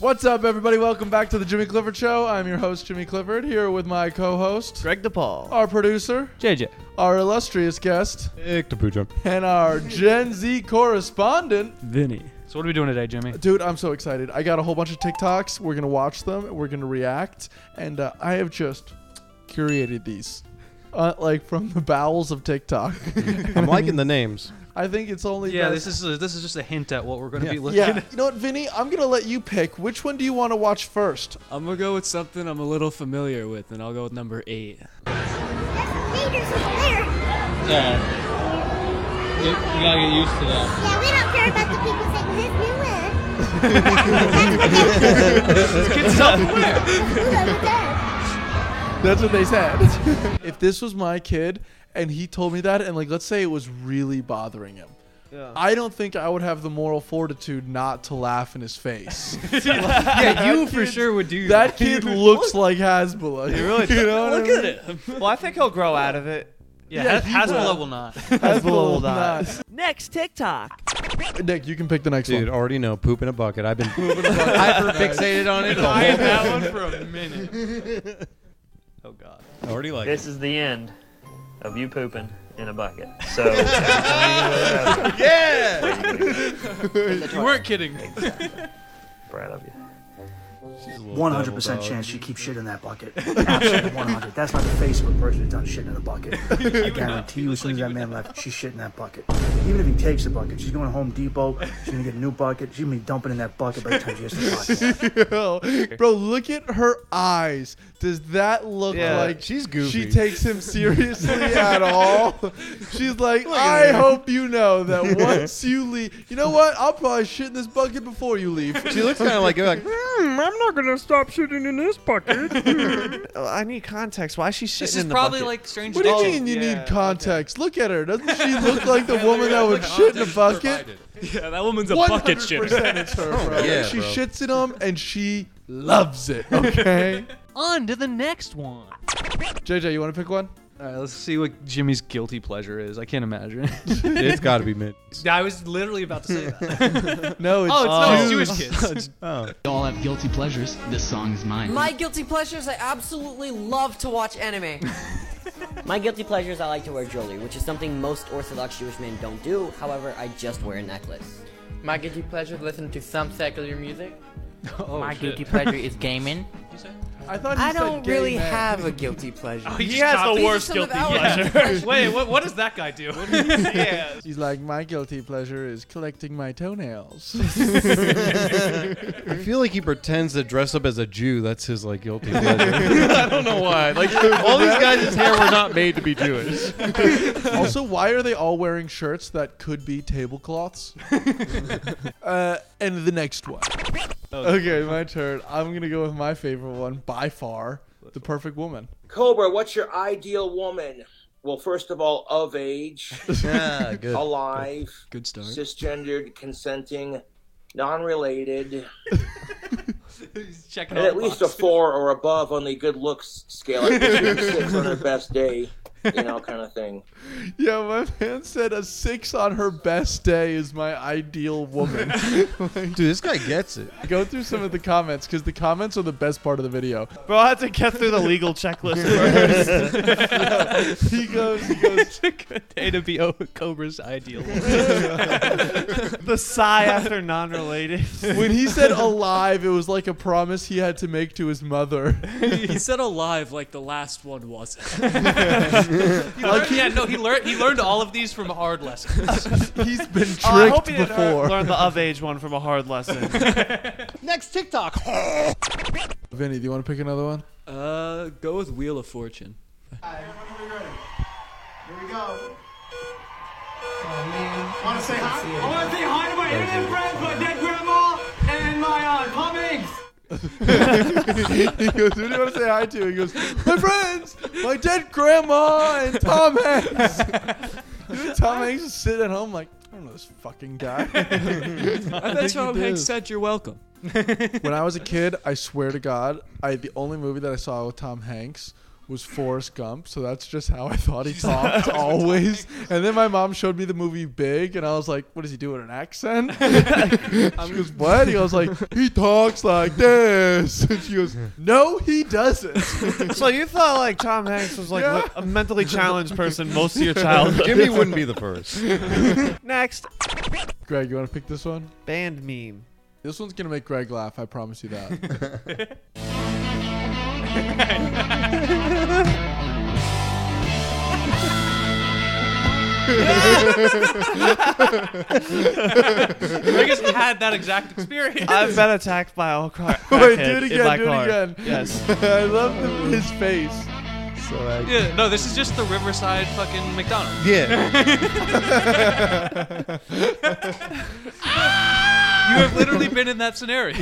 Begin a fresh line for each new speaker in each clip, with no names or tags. What's up, everybody? Welcome back to the Jimmy Clifford Show. I'm your host, Jimmy Clifford, here with my co host,
Greg DePaul.
our producer,
JJ.
our illustrious guest,
Dick to Pujo.
and our Gen Z correspondent.
Vinny.
So what are we doing today, Jimmy?
Dude, I'm so excited. I got a whole bunch of TikToks. We're going to watch them, we're going to react. And uh, I have just curated these. Uh, like from the bowels of TikTok,
I'm liking the names.
I think it's only
Yeah,
best-
this is this is just a hint at what we're going to
Yeah.
be looking
yeah.
at.
You know what, Vinny? I'm gonna let you pick. Which one do you want to watch first?
I'm gonna go with something I'm a little familiar with, and I'll go with number eight.
Gators over there.
You, you gotta get used to that.
Yeah, we don't care about the people saying this new word.
Get self-aware.
Who's over there?
That's what they said. if this was my kid and he told me that, and like, let's say it was really bothering him. I don't think I would have the moral fortitude not to laugh in his face.
yeah, you
That
for
kid's-
sure would do
that kid looks like Hasbullah. you know what I mean?
him.
Well, I think he'll grow out of it.
Yeah,
Yeah, he
Has- Hasbullah
will.
will not.
Hasbullah will
not.
not.
Next TikTok.
Nick, you can pick the next
Dude,
one.
already know poop in a bucket. I've been hyper fixated on it. the whole-
that one for a minute. Oh God.
I already like it.
This is the end of you pooping in a bucket. So. yeah!
You weren't kidding.
Hmm,
Proud of you.
100% chance she keeps shit in that bucket. Absolute 100. That's not the Facebook person who done shit in a bucket. I guarantee you, as soon as that man left, she's shit in that bucket. Even if he takes the bucket, she's going to Home Depot. She's going to get a new bucket. She's going to be dumping in that bucket by the time she gets to the bucket.
Bro, look at her eyes. Does that look like
she's goofy.
She takes him seriously at all. She's like, I hope you know that once you leave, you know what? I'll probably shit in this bucket before you leave.
She looks kind of like like.
Oh, I need context. Why is she sitting
This
in
is
the
probably
bucket?
like Strange
What do you
Days.
mean you
yeah,
need context? Look at her. Doesn't she look like the woman that would shit in a bucket?
Yeah, that woman's a
100% it's her, bro.
yeah,
she
bro.
shits in them and she loves it, okay?
On to the next one.
JJ, you want to pick one?
All right, let's see what Jimmy's guilty pleasure is. I can't imagine.
It's got to be mid.
I was literally about to say that.
No, it's,
Oh, it's no,
Jews.
it's Oh, Jewish kids.
Oh,
all have guilty pleasures. This song is mine.
My guilty pleasures, I absolutely love to watch anime.
My guilty pleasure is I like to wear jewelry, which is something most Orthodox Jewish men don't do. However, I just wear a necklace.
My guilty pleasure, listen to some secular music.
Oh,
My
shit.
guilty pleasure is gaming.
I thought he
I
said
don't
gay
really
men.
have a guilty pleasure.
Oh, He, has the worst guilty pleasure. Wait, what, what does that guy do?
He's like, my guilty pleasure is collecting my toenails.
I feel like he pretends to dress up as a Jew. That's his like guilty pleasure. I don't know why. Like all these guys' hair were not made to be Jewish.
also, why are they all wearing shirts that could be tablecloths? uh, and the next one. Okay, my turn. I'm gonna go with my favorite one by far, the perfect woman.
Cobra, what's your ideal woman? Well, first of all, of age,
Yeah, good.
alive,
Good start.
cisgendered, consenting, non related,
He's checking
and
all
at
the
least a
boxes.
four or above on the good looks scale. Like six on her best day, you know, kind of thing.
Yeah, my man said a six on her best day is my ideal woman.
Dude, this guy gets it.
go through some of the comments because the comments are the best part of the video.
Bro, I had to get through the legal checklist first.
He goes, he goes.
it's a good day to be o- Cobra's ideal.
the sigh after non-related.
When he said alive, it was like a promise he had to make to his mother.
he said alive like the last one was.
He learned, yeah, no, he learned he learned all of these from hard lessons.
He's been tricked
Oh, I hope he didn't
before.
learn the of-age one from a hard lesson.
Vinny, do you want to pick another one?
uh, go with Wheel of Fortune.
he goes, Who do you want to say hi to? He goes, My friends, my dead grandma and Tom Hanks. Dude, Tom Hanks is sitting at home like, I don't know this fucking guy.
I bet Tom
you
Hanks
did.
said you're welcome.
when I was a kid, I swear to God, I the only movie that I saw with Tom Hanks was Forrest Gump, so that's just how I thought he talked always. And then my mom showed me the movie Big, and I was like, "What does he do in an accent?" she goes, "What?" He was like, "He talks like this." And she goes, "No, he doesn't."
so you thought like Tom Hanks was like
Yeah.
a mentally challenged person most of your childhood.
Jimmy wouldn't be the first.
Next,
Greg, you want to pick this one?
band meme.
This one's gonna make Greg laugh. I promise you that.
I just had that exact experience.
I've been attacked by all cra-
Wait,
crackheads
do it
in my
again. Do
car.
it again.
Yes.
I love the, his face.
So uh,
yeah, no, this is just the Riverside fucking McDonald's.
Yeah.
You have literally been in that scenario.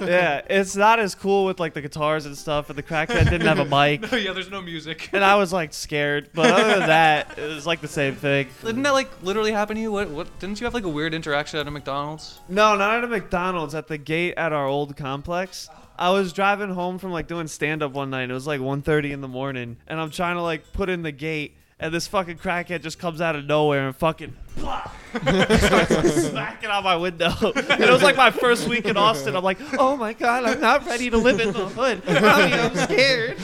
yeah, it's not as cool with like the guitars and stuff, and the crackhead didn't have a mic,
No, yeah, there's no music.
and I was like scared. But other than that, it was like the same thing.
Didn't that like literally happen to you? What? What? Didn't you have like a weird interaction at a McDonald's?
No, not at a McDonald's. At the gate at our old complex. I was driving home from like doing stand up one night. It was like 1:30 in the morning, and I'm trying to like put in the gate, and this fucking crackhead just comes out of nowhere and fucking. starts Smacking on my window. And it was like my first week in Austin. I'm like, oh my god, I'm not ready to live in the hood. Mommy, I'm scared.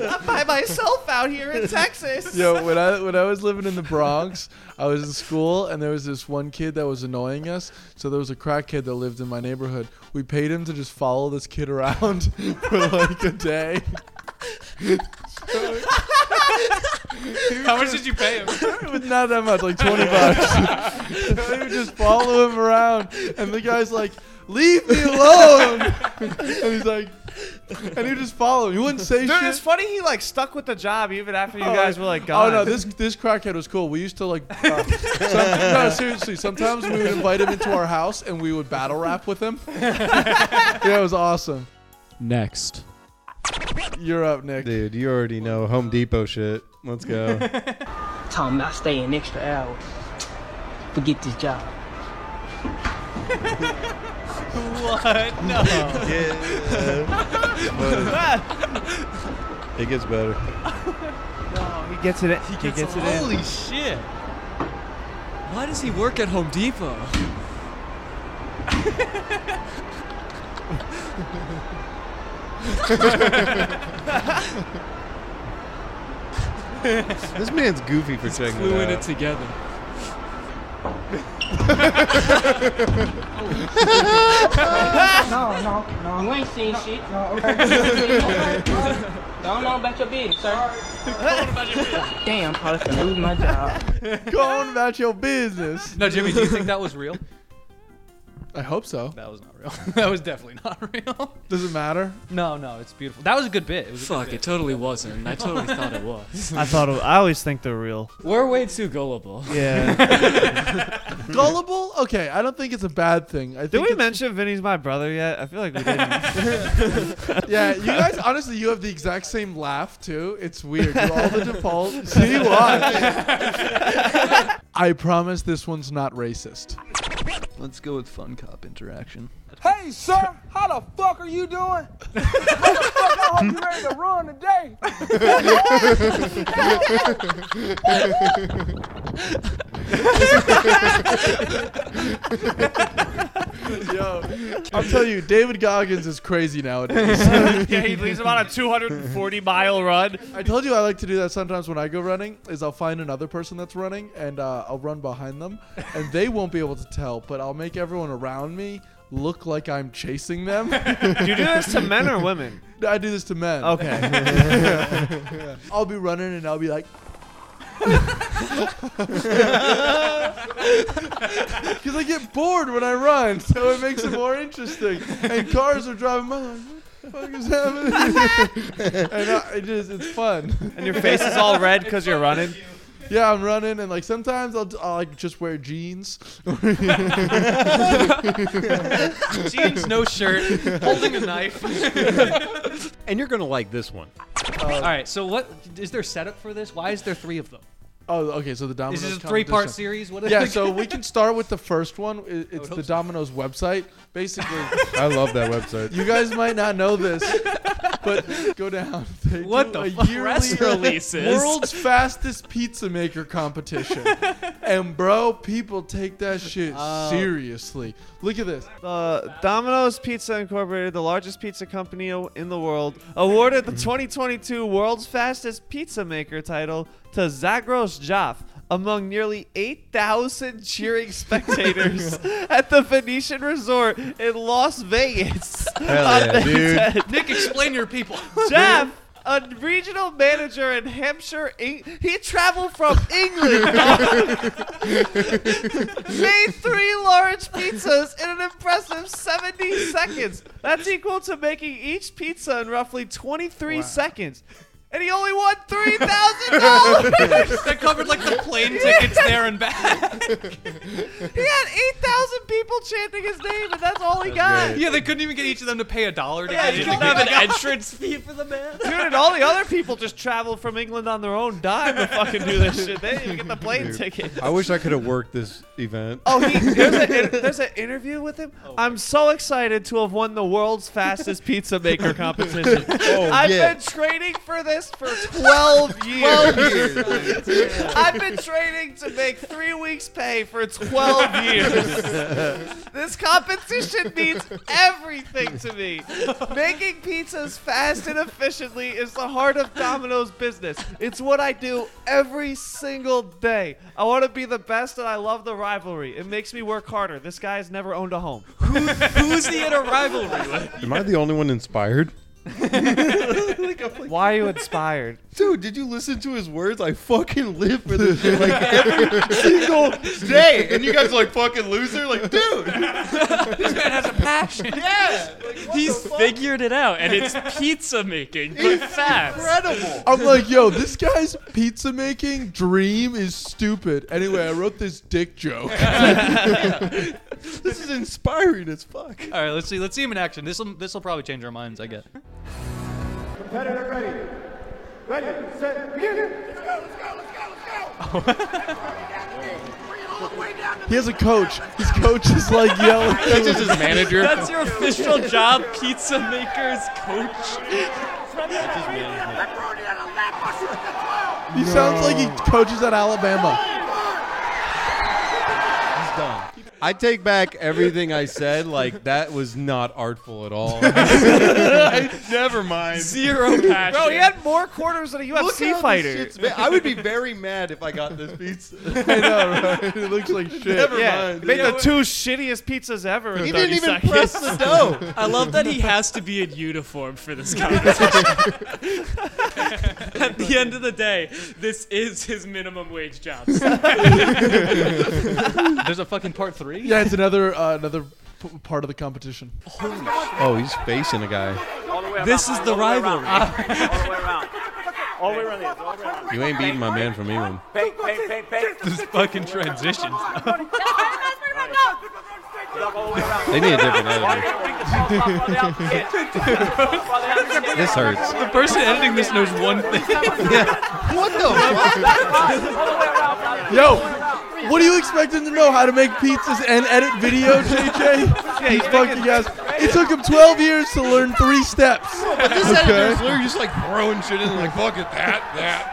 I'm by myself out here in Texas.
Yo, when I when I was living in the Bronx, I was in school and there was this one kid that was annoying us. So there was a crack kid that lived in my neighborhood. We paid him to just follow this kid around for like a day.
How much did you pay him?
But not that much, like twenty bucks. we would just follow him around, and the guy's like, "Leave me alone," and he's like, and he would just follow him. He wouldn't say
Dude,
shit.
it's funny he like stuck with the job even after you guys were like
Oh
gone.
no, this this crackhead was cool. We used to like, uh, some, no seriously. Sometimes we would invite him into our house and we would battle rap with him. yeah, it was awesome.
Next.
You're up, Nick.
Dude, you already know Home Depot shit. Let's go.
Tell him I stay an extra hour. Forget this job.
What? No.
It gets better.
he gets it. in- He gets, it. in.
Holy shit.
Why does he work at Home Depot?
This man's goofy for checking
We
it
win
out.
it together.
No, no, no. You ain't seen shit. No, okay. Don't know about your business, sir. Damn, I was gonna lose my job.
Go on about your business.
No, Jimmy, do you think that was real?
I hope so.
That was not real. that was definitely not real.
Does it matter?
No, no, it's beautiful. That was a good bit. It was a
Fuck,
good
it totally wasn't. I totally thought it was.
I thought. I always think they're real.
We're way too gullible.
Yeah.
Gullible? Okay, I don't think it's a bad thing. I think
Did we
it's-
mention Vinny's my brother yet? I feel like we didn't.
Yeah, you guys. Honestly, you have the exact same laugh too. It's weird. You all the default. See why? I promise this one's not racist.
Let's go with fun cop interaction.
Hey, sir, how the fuck are you doing? Motherfucker, I hope you ready to run today.
Yo, I'll tell you, David Goggins is crazy nowadays.
yeah, he leaves him on a 240 mile run.
I told you I like to do that sometimes when I go running. Is I'll find another person that's running and uh, I'll run behind them, and they won't be able to tell, but I'll make everyone around me look like I'm chasing them.
Do you do this to men or women?
I do this to men.
Okay.
I'll be running and I'll be like. Because I get bored when I run, so it makes it more interesting. And cars are driving by, like, what the fuck is happening? and I, it just, it's fun.
And your face is all red because you're running.
Yeah, I'm running, and like sometimes I'll, I'll like just wear jeans.
bit. Jeans, no shirt, holding a knife.
And you're gonna like this one.
All right, so what is there setup for this? Why is there three of them?
Oh, okay, so the Domino's
Is this a three-part
competition.
series? What is
Yeah,
it?
so we can start with the first one. I- It's
hope
the
so.
Domino's website. Basically,
I love that website.
You guys might not know this, but go down. They
What
do
the
a
fuck?
yearly
Press releases.
World's fastest pizza maker competition, and bro, people take that shit
Uh,
Oh.
seriously. Look at this.
Uh, Domino's Pizza Incorporated, the largest pizza company o- in the world, awarded the 2022 World's Fastest Pizza Maker title to Zagros Jaf among nearly 8,000 cheering spectators at the Venetian Resort in Las Vegas.
Hell
on
yeah,
May
dude.
10th.
Nick, explain your people.
Jeff, a regional manager in Hampshire, Eng- he traveled from England, made three large pizzas in an impressive 70 seconds. That's equal to making each pizza in roughly 23 seconds. And he only won three thousand dollars.
That covered like the plane tickets there and back.
He had eight thousand people chanting his name, and that's all he got.
Yeah, they couldn't even get each of them to pay a dollar to
Yeah,
get
you
in.
don't have an
entrance fee for the man.
Dude, and all the other people just travel from England on their own dime to fucking do this shit. They didn't even get the plane
Dude,
ticket.
I wish I could have worked this event.
Oh, he, there's, a, there's an interview with him. I'm so excited to have won the world's fastest pizza maker competition.
Oh,
I've
yeah.
been training for this for 12 years.
12 years.
I've been training to make three weeks' pay for 12 years. this competition means everything to me. Making pizzas fast and efficiently is the heart of Domino's business. It's what I do every single day. I want to be the best, and I love the rivalry. It makes me work harder. This guy has never owned a home.
Who's he in a rivalry with?
Am I the only one inspired?
Why are you inspired?
Dude, did you listen to his words? I fucking live for this shit like every single day. And you guys are like fucking loser? Like, dude.
this man has a passion.
Yeah.
He's figured it out, and it's pizza making, but fast.
Incredible. I'm like, yo, this guy's pizza making dream is stupid. Anyway, I wrote this dick joke.
this is inspiring as fuck.
All right, let's see. Let's see him in action. This will this will probably change our minds. I get.
Competitor ready. Ready, set, begin. Let's go, let's go, let's go,
He has a coach. His coach is like yelling.
That's just his manager.
That's your official job, pizza maker's coach.
He sounds like he coaches at Alabama.
I take back everything I said. Like, that was not artful at all. Never mind.
Zero passion.
Bro, he had more quarters than a
Look how
UFC
this
fighter.
shit's ma- I would be very mad if I got this pizza.
I know, right? It looks like shit.
Never
yeah,
mind.
made the two shittiest pizzas ever. in
He
30
didn't even
seconds.
press the dough.
I love that he has to be in uniform for this competition. At the end of the day, this is his minimum wage job.
There's a fucking part three.
Yeah, it's another uh, another p- part of the competition.
Oh, he's facing a guy.
This is the rivalry.
All the way around the edge, all the way around.
You ain't beating my man from England.
Bang, bang, bang, bang.
This fucking transitions.
They need a different editor. this hurts.
The person editing this knows one thing.
What the
Yo, what do you expect him to know? How to make pizzas and edit video, JJ? yeah,
he's
fucking guys. It took him 12 years to learn three steps.
But this
Okay?
editor's literally just like throwing shit in, like fuck it, that,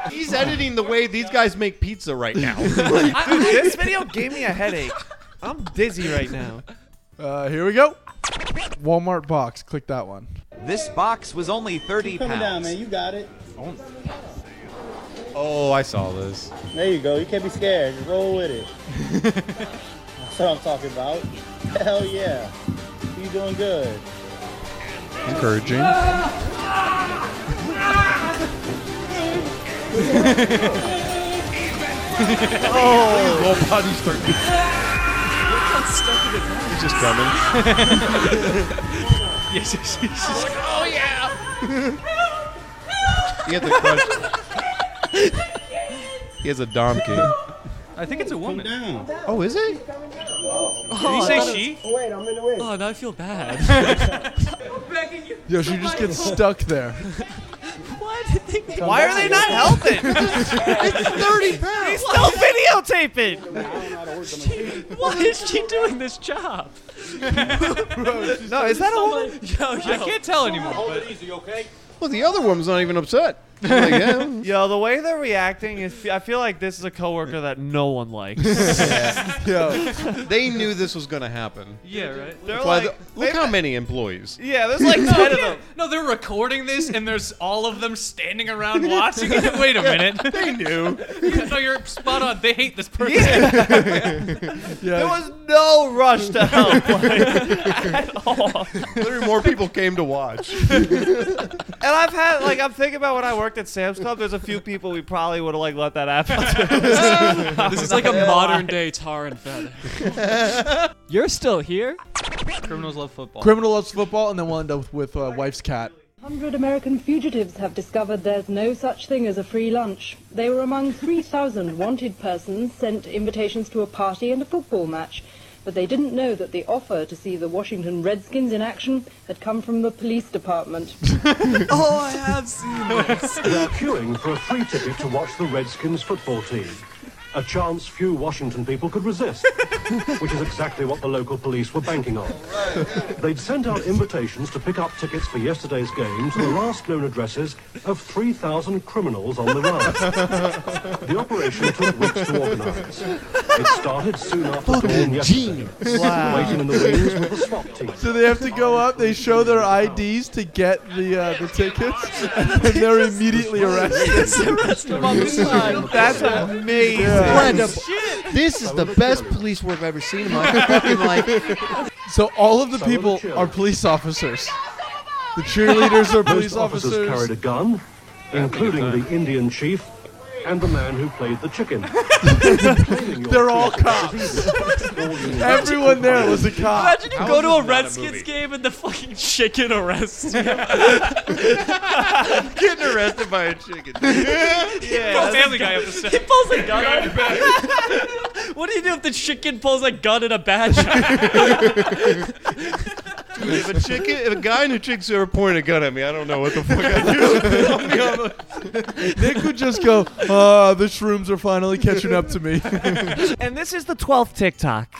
that. He's editing the way these guys make pizza right now.
Dude, this video gave me a headache. I'm dizzy right now.
Uh, here we go. Walmart box. Click that one.
This box was only 30
Coming down,
pounds.
man. You got it.
oh, I saw this.
There you go. You can't be scared. Just roll with it. That's what I'm talking about. Hell yeah. You doing good.
Encouraging.
Oh.
oh, low body He's just coming.
yes, yes, yes.
Oh, yeah.
He has a crush. He has a dom king.
I think it's a woman.
Oh, is it?
Did he
I
say
thought it
she?
was-
wait, I'm in the way. Oh, now I feel bad.
Yo, she just gets stuck there.
Why did they make
Why are they not helping?
it's 30 pounds.
He's still videotaping.
Why is she doing this job?
No, is that a woman?
Yo, yo.
I can't tell anymore. but-
easy, okay?
Well, the other woman's not even upset. She's like, yeah,
Yo, the way they're reacting is I feel like this is a coworker that no one likes.
Yo, they knew this was going to happen.
Yeah, right.
They're
That's why
like-
the- look how many employees.
Yeah, there's like
no,
10 of
yeah.
them.
No, they're recording this, and there's all of them standing around watching it. Wait a minute.
they knew.
no, you're spot on. They hate this person.
There was no rush to help like, at all.
Literally, more people came to watch.
And I've had like I'm thinking about when I worked at Sam's Club. There's a few people we probably would have like let that happen. to.
this is like a modern day tar and feather.
You're still here?
Criminals love football.
Criminal loves football, and then we'll end up with uh, wife's cat.
100 American fugitives have discovered there's no such thing as a free lunch. They were among 3,000 wanted persons sent invitations to a party and a football match, but they didn't know that the offer to see the Washington Redskins in action had come from the police department.
oh, I have seen They're queuing for a free ticket to watch the Redskins football team. A chance few Washington people could resist, which is exactly what the local police were banking on. They'd sent out invitations to pick up tickets for yesterday's game to the last known addresses of 3,000 criminals on the run. The operation took weeks to organise. It started soon after dawn yesterday.
Wow.
Waiting in the wings with the SWAT team.
So they have to go up. They show their IDs to get the uh, the tickets, and then they're immediately arrested.
That's amazing.
Incredible.
This is the best police work I've ever seen in my fucking life.
So all of the people are police officers. The cheerleaders are
Most
police
officers.
officers.
carried a gun, including the Indian chief and the man who played the chicken.
They're all cops. Everyone there was a cop.
Imagine you
How
go
is
to a
this not a
Redskins
movie?
game and the fucking chicken arrests you.
Getting arrested by a chicken.
yeah,
Family Guy episode.
He pulls a gun on you. What do you do if the chicken pulls a gun at a bad shot?
Dude, if a chicken, if a guy and a chick's ever point a gun at me, I don't know what the fuck I do.
Nick would just go, "Ah, the shrooms are finally catching up to me."
and this is the 12th TikTok.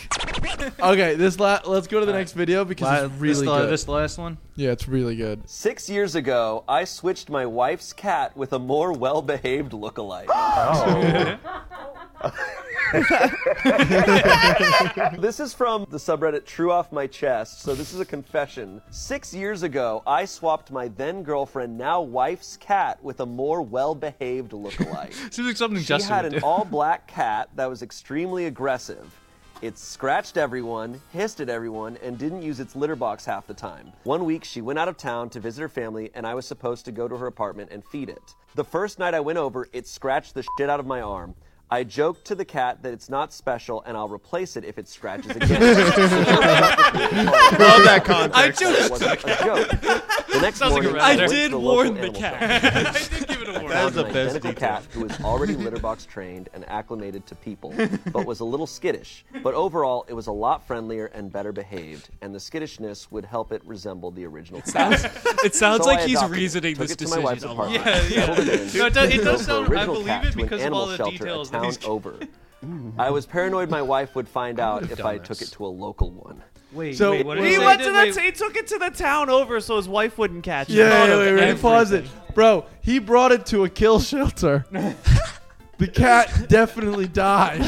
okay, this la- let's go to the next video because
La-
it's
this
really
the-
good.
this the last one?
Yeah, it's really good.
Six years ago, I switched my wife's cat with a more well behaved lookalike. this is from the subreddit True Off My Chest, so this is a confession. Six years ago, I swapped my then girlfriend, now wife's cat with a more well behaved lookalike.
Seems like something
she
Justin
had
would
an
do.
all black cat that was extremely aggressive. It scratched everyone, hissed at everyone, and didn't use its litter box half the time. One week, she went out of town to visit her family, and I was supposed to go to her apartment and feed it. The first night I went over, it scratched the shit out of my arm. I joked to the cat that it's not special, and I'll replace it if it scratches again.
Love that context. I joked
It wasn't a joke. The next
Sounds like
morning,
a rabbit.
I
I
went
did
to local
warn the
animal
cat.
shelter.
I did give it a warning.
Found
That is
an
the best
identical
detail.
cat who was already litter box trained and acclimated to people, but was a little skittish. But overall, it was a lot friendlier and better behaved, and the skittishness would help it resemble the original. It
sounds- it sounds like he's reasoning
took
this
it to my wife's
decision a lot.
apartment,
Yeah, yeah.
settled in,
No, it does- it
and
does sound- I
drove her original
believe
cat
it
to an
because of
animal
all the
shelter
details
a
that
town
he's-
over. I was paranoid my wife would find out if I took it to a local one.
Wait, So- wait, what did
he
you say?
went to
Wait.
the he took it to the town over so his wife wouldn't catch him.
Yeah, yeah, wait, wait, pause it, bro. He brought it to a kill shelter. the cat definitely died.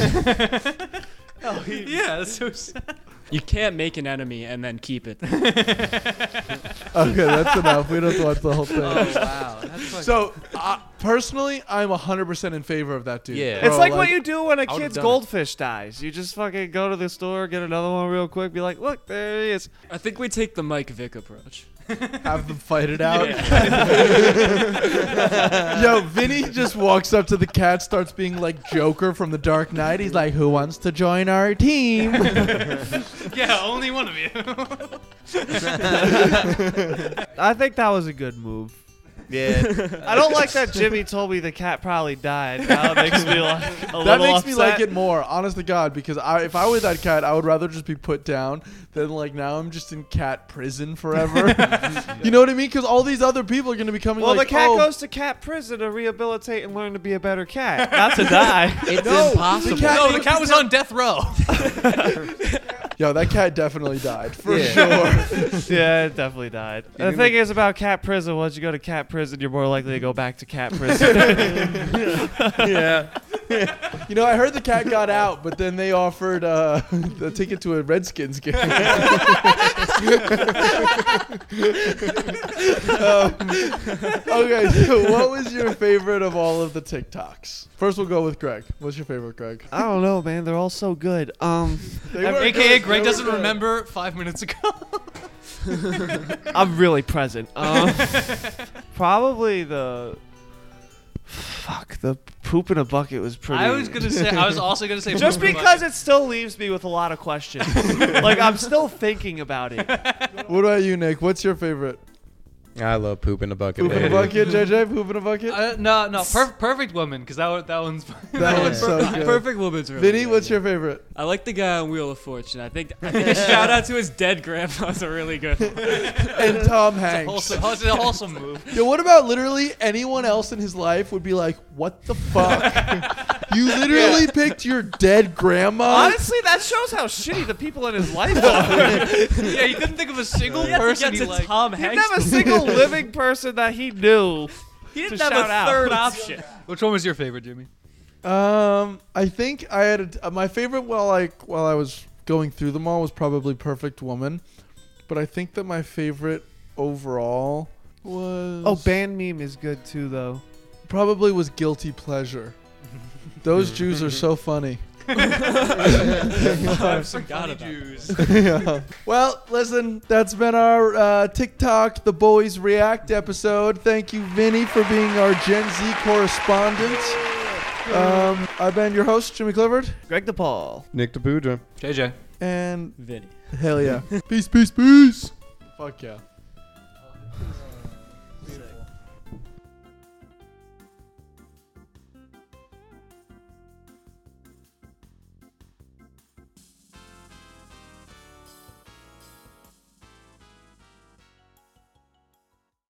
yeah, that's so sad.
You can't make an enemy and then keep it.
okay, that's enough. We don't have to watch the whole thing.
Oh, wow. That's fucking-
so, uh, personally, I'm 100% in favor of that dude.
Yeah.
Bro,
It's like, what you do when a
I would've
kid's
done
goldfish dies. You just fucking go to the store, get another one real quick, be like, look, there he is.
I think we take the Mike Vick approach.
Have them fight it out.
Yeah.
Yo, Vinny just walks up to the cat, starts being like Joker from The Dark Knight. He's like, "Who wants to join our team?"
yeah, only one of you.
I think that was a good move.
Yeah.
I don't like that Jimmy told me the cat probably died. Now it makes me like a
that
little
makes me like
upset.
it more, honest to God, because I, if I were that cat, I would rather just be put down than like now I'm just in cat prison forever. you know what I mean? Because all these other people are going to be coming.
Well,
like,
the cat
"Oh,
goes to cat prison to rehabilitate and learn to be a better cat, not to die.
It's No, the impossible. cat
no, the
needs
cat
to
was
tell-
on death row.
Yo, that cat definitely died for
Yeah.
sure.
yeah, it definitely died.
You
the
didn't make-
thing is about cat prison, once you go to cat prison, you're more likely to go back to cat prison.
You know, I heard the cat got out, but then they offered uh, a ticket to a Redskins game. um, okay, so what was your favorite of all of the TikToks? First, we'll go with Greg. What's your favorite, Greg?
I don't know, man. They're all so good. Um,
They were
AKA
good,
Greg
they were
doesn't
good.
remember five minutes ago.
I'm really present. Um, probably the fuck the poop in a bucket was pretty.
I was gonna say- I was also gonna say
just
poop in a
because it still leaves me with a lot of questions. like I'm still thinking about it.
What about you, Nick? What's your favorite?
I love poop in a bucket.
Poop in a
baby.
bucket, JJ. Poop in a bucket.
Uh, no, no, per- perfect woman, because that one, that one's that,
one's so
perfect.
good.
Perfect woman's really
Vinny,
good,
what's your favorite?
I like the guy on Wheel of Fortune. I think, I think a shout out to his dead grandpa's a really good one.
and Tom Hanks.
wholesome- it's a wholesome move.
Yo, what about literally anyone else in his life would be like, "What the fuck? you literally picked your dead grandma."
Honestly, that shows how shitty the people in his life are.
yeah, he couldn't think of a single
He had to
person
get
he
to
liked.
Tom He Hanks never before. single living person that he knew.
He didn't
to
have
shout
a
out.
third option. Which one was your favorite, Jimmy?
Um, I think I had a, my favorite while like while I was going through them all was probably Perfect Woman, but I think that my favorite overall was
Oh, band meme is good too, though.
probably was Guilty Pleasure. Those Jews are so funny.
I forgot about Jews.
Yeah. Well, listen, that's been our uh, TikTok The Boys React episode. Thank you, Vinny, for being our Gen Z correspondent. Um, I've been your host, Jimmy Clifford.
Greg DePaul.
Nick DePudra.
JJ.
And
Vinny.
Hell yeah. peace, peace, peace. Fuck yeah.